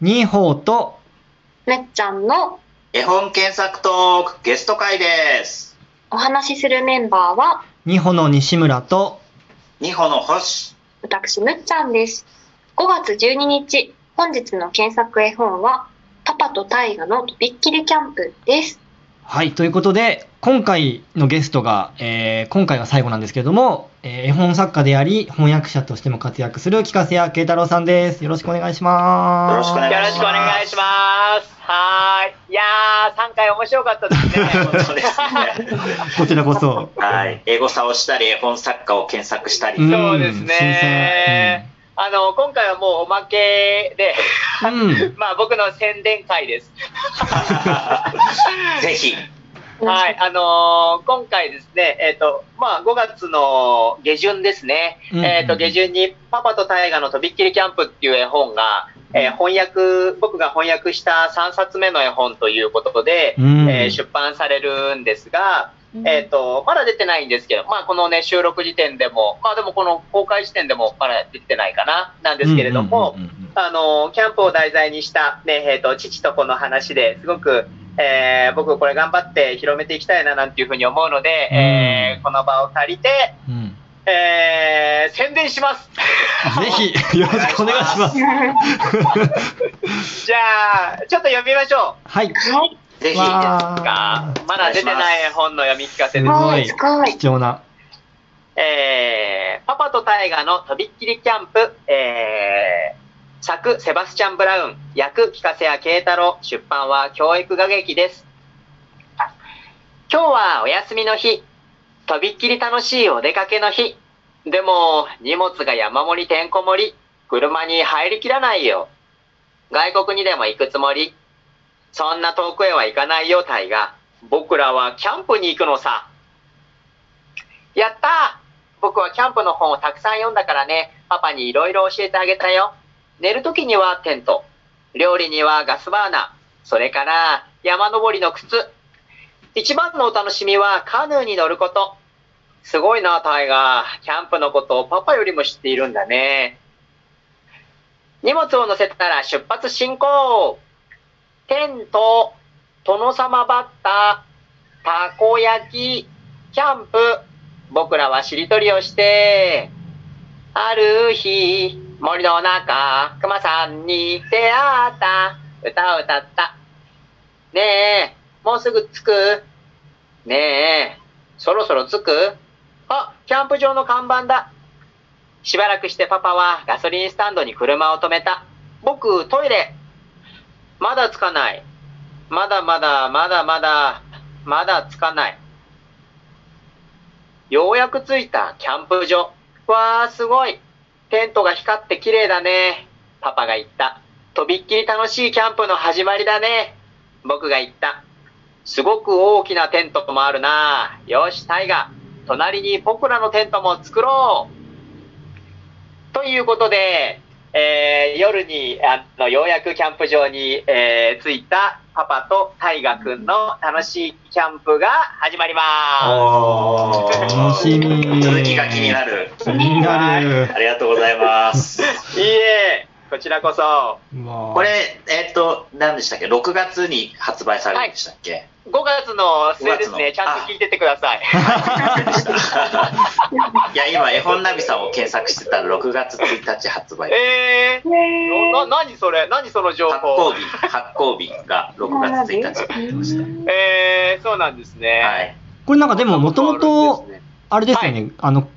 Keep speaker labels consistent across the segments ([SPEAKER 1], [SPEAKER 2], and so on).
[SPEAKER 1] 二宝と
[SPEAKER 2] めっちゃんの
[SPEAKER 3] 絵本検索トークゲスト会です。
[SPEAKER 2] お話しするメンバーは
[SPEAKER 1] 二穂の西村と
[SPEAKER 3] 二歩の星。
[SPEAKER 2] 私むっちゃんです5月12日本日の検索絵本はパパと大河のとびっきりキャンプです
[SPEAKER 1] はいということで今回のゲストが、えー今回が最後なんですけれども、えー絵本作家であり翻訳者としても活躍する企画屋慶太郎さんですよろしくお願いします
[SPEAKER 3] よろしくお願い
[SPEAKER 4] よろしくお願いします。はーい。いやー、3回面白かったですね。
[SPEAKER 3] そうですね。
[SPEAKER 1] すこちらこそ
[SPEAKER 3] はい。エゴサをしたり、絵本作家を検索したり。
[SPEAKER 1] ん
[SPEAKER 4] そうですねあの、今回はもうおまけで、
[SPEAKER 1] 新鮮うん
[SPEAKER 4] まあ僕の宣伝会です。
[SPEAKER 3] ぜひ。
[SPEAKER 4] はい。あのー今回ですね、えっ、と、まあ5月の下旬ですね。
[SPEAKER 1] うん
[SPEAKER 4] えっと、下旬にパパと大河のとびっきりキャンプっていう絵本が、えー翻訳、僕が翻訳した3冊目の絵本ということで、
[SPEAKER 1] うん
[SPEAKER 4] えー出版されるんですが、
[SPEAKER 2] うん
[SPEAKER 4] えっ、と、まだ出てないんですけど、まあ、このね、収録時点でも、まあ、でもこの公開時点でもまだ出てないかな、なんですけれども、
[SPEAKER 1] うんうんうんうん
[SPEAKER 4] あの、キャンプを題材にした、ね、えっ、と、父と子の話ですごく、えー僕これ頑張って広めていきたいな、なんていうふうに思うので、
[SPEAKER 1] うん
[SPEAKER 4] えーこの場を借りて、
[SPEAKER 1] うん
[SPEAKER 4] えー宣伝します
[SPEAKER 1] ぜひよろしくお願いし ます
[SPEAKER 4] じゃあ、ちょっと読みましょ
[SPEAKER 1] はい
[SPEAKER 2] はい
[SPEAKER 3] ぜひ。
[SPEAKER 4] う
[SPEAKER 1] わ
[SPEAKER 4] か
[SPEAKER 1] ー。
[SPEAKER 4] まだ出てない本の読み聞かせですす。
[SPEAKER 1] ごい
[SPEAKER 2] すごい
[SPEAKER 1] 貴重な
[SPEAKER 4] えーパパと大河のとびっきりキャンプ、えー作セバスチャン・ブラウン、役聞かせや慶太郎、出版は教育画劇です。今日はお休みの日、とびっきり楽しいお出かけの日。でも、荷物が山盛りてんこ盛り、車に入りきらないよ。外国にでも行くつもり。そんな遠くへは行かないよ、大河。僕らはキャンプに行くのさ。やったー僕はキャンプの本をたくさん読んだからね、パパにいろいろ教えてあげたよ。寝るときにはテント、料理にはガスバーナー、それから山登りの靴。一番のお楽しみはカヌーに乗ること。すごいな、タイガー。キャンプのことをパパよりも知っているんだね。荷物を乗せたら出発進行。テント、殿様バッタ、たこ焼き、キャンプ、僕らはしりとりをして、ある日、森の中、熊さんに出会った、歌を歌った。ねえ、もうすぐ着くねえ、そろそろ着くあ、キャンプ場の看板だ。しばらくしてパパはガソリンスタンドに車を止めた。僕、トイレ。まだ着かない。まだまだ、まだまだ、まだ着かない。ようやく着いたキャンプ場。わー、すごい。テントが光って綺麗だね。パパが言った。とびっきり楽しいキャンプの始まりだね。僕が言った。すごく大きなテントもあるな。よし、タイガ。隣に僕らのテントも作ろう。ということで、えー夜にあの、ようやくキャンプ場に、えー着いたパパとタイガくんの楽しいキャンプが始まります。
[SPEAKER 3] おー
[SPEAKER 1] 楽しみ
[SPEAKER 3] 続きが気になる。
[SPEAKER 1] 気になる
[SPEAKER 3] ありがとうございます。
[SPEAKER 4] いいえ、こちらこそ。
[SPEAKER 3] こ
[SPEAKER 1] こ
[SPEAKER 3] れ、えっと、何でしたっけ ?6 月に発売されるんでしたっ け、
[SPEAKER 4] 5月の末です
[SPEAKER 3] 5
[SPEAKER 4] ね、
[SPEAKER 3] 月の
[SPEAKER 4] ちゃんと聞いててください。
[SPEAKER 3] い、や、今、絵本ナビさんを検索してたら6月1日発売。
[SPEAKER 4] えー、な、な、何それ何その情
[SPEAKER 3] 発行
[SPEAKER 4] 報
[SPEAKER 3] 日、発行日が6月1日になってました。
[SPEAKER 4] えー、そうなんですね。
[SPEAKER 3] はい。。
[SPEAKER 1] これなんかでももともとあれですよね、あの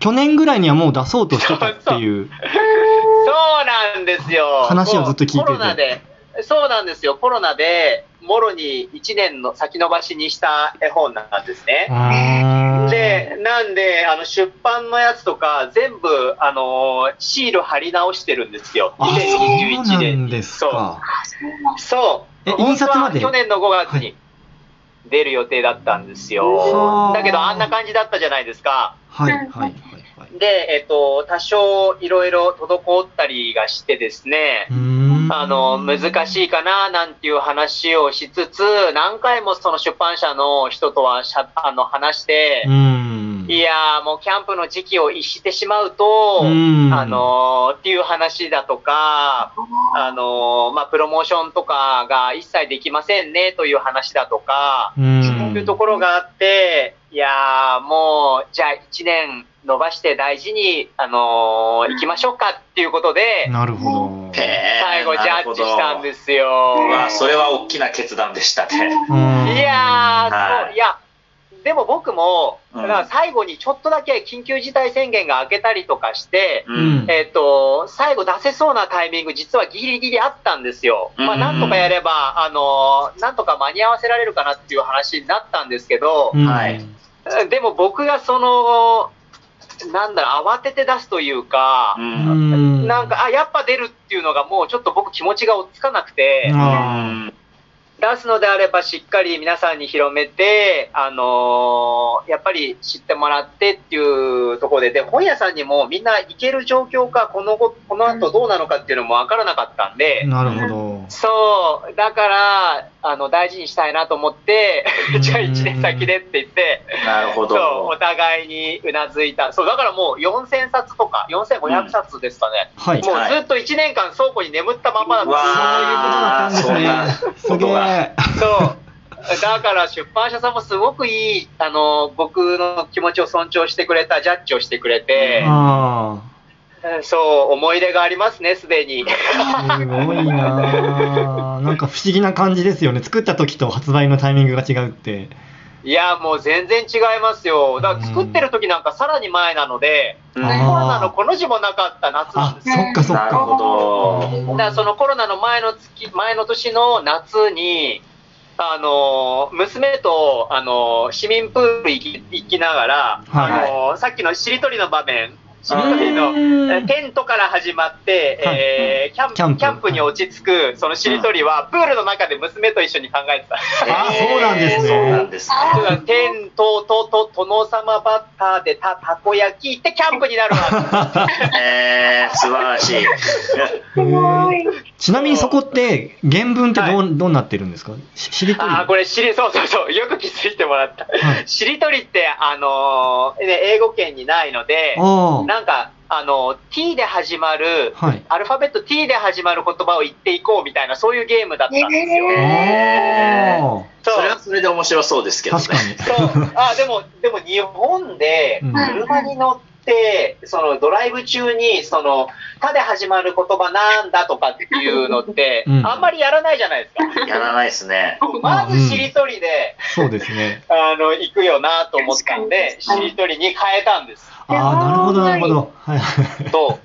[SPEAKER 1] 去年ぐらいにはもう出そうとしてたって いう
[SPEAKER 4] そうなんですよ。
[SPEAKER 1] 話をずっと聞いてて
[SPEAKER 4] コロナで、そうなんですよ。コロナで、もろに1年の先延ばしにした絵本なんですね。
[SPEAKER 1] あー
[SPEAKER 4] で、なんで、あの、出版のやつとか、全部、あのーシール貼り直してるんですよ。
[SPEAKER 1] あそう
[SPEAKER 4] 2021
[SPEAKER 1] な
[SPEAKER 4] 年
[SPEAKER 1] ん
[SPEAKER 4] に。
[SPEAKER 1] です
[SPEAKER 4] そう
[SPEAKER 1] か
[SPEAKER 4] そう。
[SPEAKER 1] え
[SPEAKER 4] 本当は
[SPEAKER 1] 印刷まで
[SPEAKER 4] 去年の5月に出る予定だったんですよ
[SPEAKER 1] は。あ
[SPEAKER 4] だけどあんな感じだったじゃないですか。
[SPEAKER 1] はいは
[SPEAKER 2] う
[SPEAKER 1] い
[SPEAKER 2] ん
[SPEAKER 1] はいはい
[SPEAKER 4] で、えっと、多少いろいろ滞ったりがしてですね
[SPEAKER 1] う、ーん
[SPEAKER 4] あの、難しいかななんていう話をしつつ、何回もその出版社の人とはしゃあの話して
[SPEAKER 1] う、ん
[SPEAKER 4] いやー、もうキャンプの時期を逸してしまうと、
[SPEAKER 1] うん
[SPEAKER 4] あのーっていう話だとか、あのーまあ、プロモーションとかが一切できませんねという話だとか、
[SPEAKER 1] うん
[SPEAKER 4] そういうところがあって、いやー、もう、じゃあ1年伸ばして大事に、あのー行きましょうかっていうことで、
[SPEAKER 1] なるほど。
[SPEAKER 4] 最後ジャッジしたんですすよ。
[SPEAKER 2] う
[SPEAKER 3] まあ、それは大きな決断でしたね。
[SPEAKER 1] うん
[SPEAKER 4] いやー、
[SPEAKER 3] はい
[SPEAKER 4] そういや、でも僕も、
[SPEAKER 3] うん
[SPEAKER 4] だから最後にちょっとだけ緊急事態宣言が明けたりとかして、
[SPEAKER 3] う
[SPEAKER 1] うん
[SPEAKER 4] えっ、と、最後出せそうなタイミング、実はギリギリあったんですよ。まあ、
[SPEAKER 3] うん
[SPEAKER 4] なんとかやれば、あのーなんとか間に合わせられるかなっていう話になったんですけど、
[SPEAKER 1] うん
[SPEAKER 3] はい
[SPEAKER 4] でも僕がその、なんだろう、慌てて出すというか
[SPEAKER 3] う、。
[SPEAKER 1] うんん
[SPEAKER 4] なんか、あ、やっぱ出るっていうのがもうちょっと僕気持ちが落ち着かなくて、
[SPEAKER 1] あ
[SPEAKER 4] 出すのであればしっかり皆さんに広めて、あのーやっぱり知ってもらってっていうところで、で、本屋さんにもみんな行ける状況か、この後、この後どうなのかっていうのもわからなかったん
[SPEAKER 1] ー
[SPEAKER 4] で、
[SPEAKER 1] なるほ
[SPEAKER 4] そう、だから、あの、大事にしたいなと思って
[SPEAKER 1] う、ん
[SPEAKER 4] じゃあ1年先でって言って、
[SPEAKER 3] なるほ
[SPEAKER 4] そう、
[SPEAKER 3] ど
[SPEAKER 4] お。互いにうなずいた。そう、だからもう4000冊とか、4500冊ですかね。
[SPEAKER 1] ど。はい。
[SPEAKER 4] もうずっと1年間倉庫に眠ったまんまだったん
[SPEAKER 3] う
[SPEAKER 4] で
[SPEAKER 3] わ
[SPEAKER 4] す
[SPEAKER 3] ー
[SPEAKER 4] よ
[SPEAKER 1] あそういうことだったんですね。
[SPEAKER 3] そ
[SPEAKER 1] す
[SPEAKER 3] う
[SPEAKER 1] げ
[SPEAKER 3] だ
[SPEAKER 1] え。
[SPEAKER 4] そう。 だから出版社さんもすごくいい、あの、僕の気持ちを尊重してくれた、ジャッジをしてくれて、
[SPEAKER 1] あ
[SPEAKER 4] そう、思い出がありますね、すでに。
[SPEAKER 1] あ、すごいなーなんか不思議な感じですよね。作った時と発売のタイミングが違うって。
[SPEAKER 4] いや、もう全然違いますよ。だから作ってる時なんかさらに前なので、
[SPEAKER 3] うん
[SPEAKER 4] コロ
[SPEAKER 1] あ
[SPEAKER 4] ナのこの字もなかった夏なん
[SPEAKER 1] あ
[SPEAKER 4] で、すよ。
[SPEAKER 1] そっかそっ
[SPEAKER 3] なる
[SPEAKER 1] か。
[SPEAKER 3] ほど。
[SPEAKER 4] だからそのコロナの前の月、前の年の夏に、あの、娘と、あの、市民プール行き行きながら、
[SPEAKER 1] はい
[SPEAKER 4] あの、さっきのしりとりの場面、しり
[SPEAKER 3] あ
[SPEAKER 4] とりの、
[SPEAKER 1] うん
[SPEAKER 4] テントから始まって、
[SPEAKER 1] はい
[SPEAKER 4] えーキャンプ
[SPEAKER 1] キ
[SPEAKER 4] キ
[SPEAKER 1] ャ
[SPEAKER 4] ャ
[SPEAKER 1] ン
[SPEAKER 4] ン
[SPEAKER 1] プ
[SPEAKER 4] プに落ち着く、そのしりとりは、プールの中で娘と一緒に考えてた。
[SPEAKER 1] あそうなんですね
[SPEAKER 3] そうなんですね。
[SPEAKER 2] あー
[SPEAKER 4] テントとと殿様バッターでたたこ焼きってキャンプにな るわ。
[SPEAKER 3] えー、素晴らしい。
[SPEAKER 2] すごい。
[SPEAKER 1] ちなみにそこって原文ってどう,、どうなってるんですかししりとり
[SPEAKER 4] あーこれしり、そうそうそう、よく気づいてもらった。
[SPEAKER 1] はい
[SPEAKER 4] しりとりって、あのーね、英語圏にないので、
[SPEAKER 1] あ
[SPEAKER 4] なんか、あのー t で始まる
[SPEAKER 1] あ、はい
[SPEAKER 4] アルファベット t で始まる言葉を言っていこうみたいな、そういうゲームだったんですよ。
[SPEAKER 2] へ
[SPEAKER 1] あ
[SPEAKER 3] えそれ
[SPEAKER 4] そう
[SPEAKER 3] はそれで面白そうですけ
[SPEAKER 1] ー
[SPEAKER 3] どね。
[SPEAKER 1] 確かに
[SPEAKER 4] そうあでも、でも日本で
[SPEAKER 1] うん
[SPEAKER 4] 車に乗って、そのドライブ中に、その、たで始まる言葉なんだとかっていうのって、
[SPEAKER 1] うん
[SPEAKER 4] あんまりやらないじゃないですか。
[SPEAKER 3] やらないですね。
[SPEAKER 4] まずしりとりで、
[SPEAKER 1] そうですね
[SPEAKER 4] あの、行くよなと思ったんで、
[SPEAKER 2] 確か
[SPEAKER 4] し
[SPEAKER 2] に
[SPEAKER 4] りとりに変えたんです。
[SPEAKER 1] ああなるほどなるほどはい
[SPEAKER 4] と、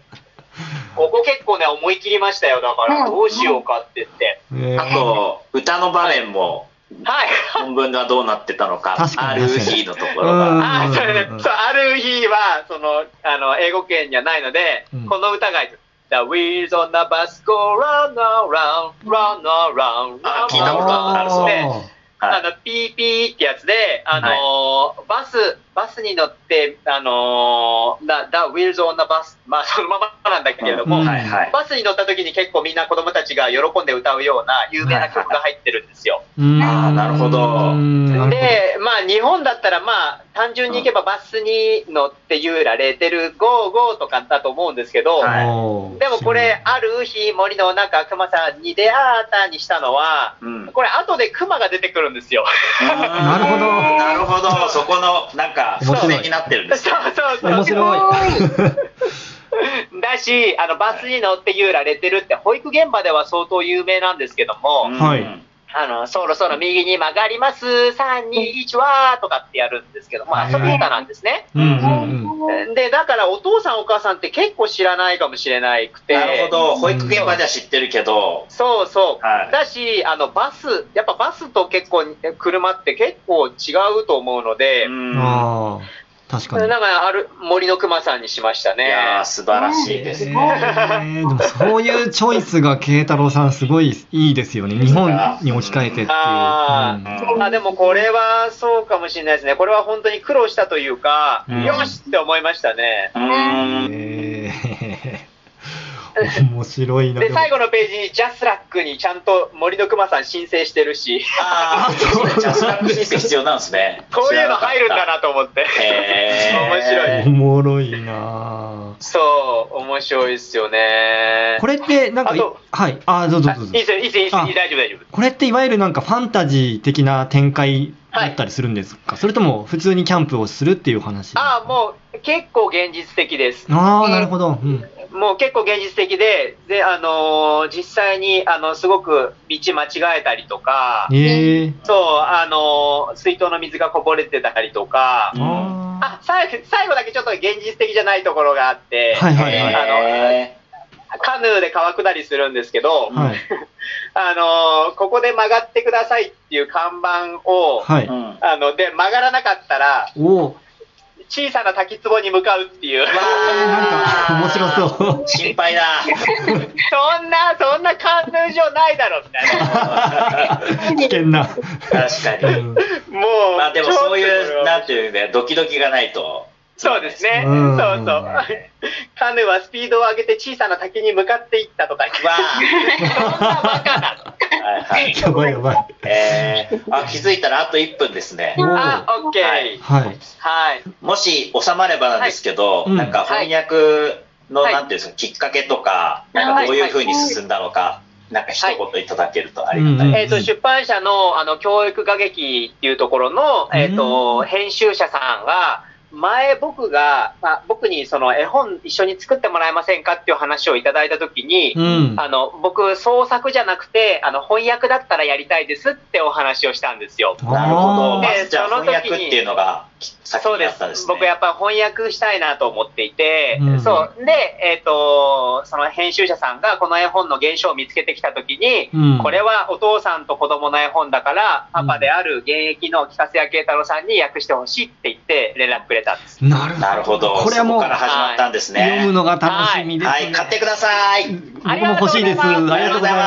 [SPEAKER 4] ここ結構ね、思い切りましたよ。だから、どうしようかって言って。
[SPEAKER 1] え
[SPEAKER 3] あと、歌の場面も、
[SPEAKER 4] はい。
[SPEAKER 3] 本文がどうなってたのか、
[SPEAKER 1] 確かに
[SPEAKER 3] RE のところが。
[SPEAKER 4] あそれね
[SPEAKER 1] うん、
[SPEAKER 4] そう、ある日は、その、あの、英語圏にはないので、
[SPEAKER 1] うん
[SPEAKER 4] この歌がいる。The wheels on the bus go round, round, round, round, round,
[SPEAKER 3] あ聞いたことある
[SPEAKER 4] そ
[SPEAKER 3] そうう
[SPEAKER 4] ですね。あ
[SPEAKER 3] はい
[SPEAKER 4] の、ピーピーってやつで、あのーバス、バスに乗って、あのー、だ、だ、ウィルズ・オン・ナ・バス、まあ、そのままなんだけれども、
[SPEAKER 1] うん
[SPEAKER 3] はいはい。
[SPEAKER 4] バスに乗った時に結構みんな子供たちが喜んで歌うような有名な曲が入ってるんですよ。
[SPEAKER 3] あーなるほど
[SPEAKER 1] うんなるほど
[SPEAKER 4] で、まあ、日本だったら、まあ、単純に行けばバスに乗ってユーラレーテルゴーゴーとかだと思うんですけど、
[SPEAKER 3] はい
[SPEAKER 1] おー
[SPEAKER 4] でもこれ、ある日森の中、熊さんに出会ったにしたのは、
[SPEAKER 3] うん。
[SPEAKER 4] これ後で熊が出てくるんですよ。
[SPEAKER 3] な
[SPEAKER 1] るほど
[SPEAKER 3] なるほど。そこの、なんか、
[SPEAKER 1] 面白い
[SPEAKER 3] 伏線になってるん
[SPEAKER 4] そ
[SPEAKER 3] です
[SPEAKER 4] う
[SPEAKER 3] ね。
[SPEAKER 4] そう
[SPEAKER 1] 面
[SPEAKER 4] そう。
[SPEAKER 1] 白い
[SPEAKER 4] だし、あの、バスに乗ってユーラレーテルって保育現場では相当有名なんですけども、
[SPEAKER 3] うん
[SPEAKER 1] はい
[SPEAKER 4] あの、そろそろ右に曲がります、3、2、1、わーとかってやるんですけども、
[SPEAKER 1] はい
[SPEAKER 4] 遊び歌なんですね。
[SPEAKER 1] うんう
[SPEAKER 2] うん
[SPEAKER 1] うん
[SPEAKER 2] ん
[SPEAKER 4] で、だからお父さんお母さんって結構知らないかもしれないくて。
[SPEAKER 3] なるほど。保育現場では知ってるけど、
[SPEAKER 4] そうそう。
[SPEAKER 3] はい
[SPEAKER 4] だし、あの、バス、やっぱバスと結構、車って結構違うと思うので、
[SPEAKER 3] うん
[SPEAKER 1] ああ確か
[SPEAKER 4] なん
[SPEAKER 1] に
[SPEAKER 4] かある森の熊さんにしました
[SPEAKER 3] いや
[SPEAKER 4] ね
[SPEAKER 3] ー。素晴らしいです
[SPEAKER 1] え
[SPEAKER 3] ね。
[SPEAKER 1] ーでもそういうチョイスが慶太郎さんすごいいいですよね日本に置き換えてっていう、
[SPEAKER 4] あ
[SPEAKER 1] うん
[SPEAKER 3] ー
[SPEAKER 4] あでもこれはそうかもしれないですね。これは本当に苦労したというか、
[SPEAKER 1] うん
[SPEAKER 4] よしって思いましたね。
[SPEAKER 3] うん
[SPEAKER 1] えー面白いな。
[SPEAKER 4] で、最
[SPEAKER 1] 後。
[SPEAKER 4] 後のページにジャスラックにちゃんと森の熊さん申請してるし、
[SPEAKER 3] ああ、そうですね。ジャスラック申請必要なんですね。
[SPEAKER 4] こういうの入るんだなと思って。
[SPEAKER 3] 知らなかっ
[SPEAKER 1] お
[SPEAKER 3] た。
[SPEAKER 4] 面白
[SPEAKER 3] い。
[SPEAKER 1] もろいな。
[SPEAKER 4] そう、面白いですよね。
[SPEAKER 1] これって、なんかい
[SPEAKER 4] あと、
[SPEAKER 1] はい。ああ、どうぞどうぞ
[SPEAKER 4] あいい。ですよ、いいですよ、いいですよ
[SPEAKER 1] あ
[SPEAKER 4] いい大丈夫、大丈夫。
[SPEAKER 1] これっていわゆるなんかファンタジー的な展開だったりするんですか、それとも普通にキャンプをするっていうお話
[SPEAKER 4] ああ、もう結構現実的です。
[SPEAKER 1] ああ、なるほど。うん。
[SPEAKER 4] もう結構現実的で、で、あのー実際に、あの、すごく道間違えたりとか、
[SPEAKER 1] ええ
[SPEAKER 4] そう、あのー水筒の水がこぼれてたりとか
[SPEAKER 1] ー。、
[SPEAKER 4] あ
[SPEAKER 1] あ
[SPEAKER 4] 最後最後だけちょっと現実的じゃないところがあって、
[SPEAKER 1] はいはいはい
[SPEAKER 3] え
[SPEAKER 4] あのカヌーで川下りするんですけど、
[SPEAKER 1] あ。はい。
[SPEAKER 4] あのーここで曲がってくださいっていう看板を、
[SPEAKER 1] は
[SPEAKER 3] ーう
[SPEAKER 1] い。
[SPEAKER 3] ん。
[SPEAKER 4] あの、で、曲がらなかったら、
[SPEAKER 1] おお。
[SPEAKER 4] 小さな滝壺に向かうっていう。
[SPEAKER 1] なんか、面白 そう。
[SPEAKER 3] 心配だ。
[SPEAKER 4] そんな、そんなカヌー場ないだろ、みたいな。
[SPEAKER 1] 危険な。
[SPEAKER 3] 確か
[SPEAKER 1] う
[SPEAKER 3] に。
[SPEAKER 1] ん、
[SPEAKER 4] もう、
[SPEAKER 3] まあでも
[SPEAKER 4] ちょっと
[SPEAKER 3] そういう、なんていうんだよ、ドキドキがないと。
[SPEAKER 4] そうですね。
[SPEAKER 1] うん
[SPEAKER 4] そうそう。カヌーはスピードを上げて小さな滝に向かっていったとか言って
[SPEAKER 3] わ
[SPEAKER 4] そんなバカな。
[SPEAKER 3] あ。はいはい。
[SPEAKER 1] やばいやばい。
[SPEAKER 3] えー、あ、気づいたらあと1分ですね
[SPEAKER 1] お。ー
[SPEAKER 4] あ、オッケー。
[SPEAKER 1] はい。
[SPEAKER 4] はい。
[SPEAKER 3] もし収まればなんですけど、
[SPEAKER 1] はいうん
[SPEAKER 3] なんか翻訳の、
[SPEAKER 4] はい
[SPEAKER 3] なんていうんですか、きっかけとか、
[SPEAKER 2] はい
[SPEAKER 3] なんかどういうふうに進んだのか、なんか一言いただけるとありがたい
[SPEAKER 1] うん
[SPEAKER 3] で
[SPEAKER 4] えっ、と、出版社の、あの、教育歌劇っていうところの、えっ、
[SPEAKER 1] う
[SPEAKER 4] と、編集者さんが、前僕が、まあ、僕にその絵本一緒に作ってもらえませんかっていう話をいただいたときに、
[SPEAKER 1] うん。
[SPEAKER 4] あの、僕、創作じゃなくて、あの、翻訳だったらやりたいですってお話をしたんですよ。
[SPEAKER 3] す。なるほど。
[SPEAKER 1] あー
[SPEAKER 3] まずじゃあ
[SPEAKER 4] その時
[SPEAKER 3] 翻
[SPEAKER 4] に
[SPEAKER 3] 訳っていうのが先
[SPEAKER 4] そう
[SPEAKER 3] に
[SPEAKER 4] で
[SPEAKER 3] あっ
[SPEAKER 4] す
[SPEAKER 3] たんですね。
[SPEAKER 4] 僕やっぱ翻訳したいなと思っていて、
[SPEAKER 1] うん
[SPEAKER 4] そう。で、えっ、と、その編集者さんがこの絵本の現象を見つけてきたときに、
[SPEAKER 1] うん。
[SPEAKER 4] これはお父さんと子供の絵本だから、
[SPEAKER 1] うん
[SPEAKER 4] パパである現役の北瀬谷慶太郎さんに訳してほしいって言って連絡くれたんです。
[SPEAKER 1] なるほど。
[SPEAKER 3] なるほど。
[SPEAKER 1] これはもう
[SPEAKER 3] そこから始まったんですね。
[SPEAKER 1] 読むのが楽しみです、ね
[SPEAKER 3] はい、買ってください。
[SPEAKER 1] 僕も欲しいです。ありがとうございます。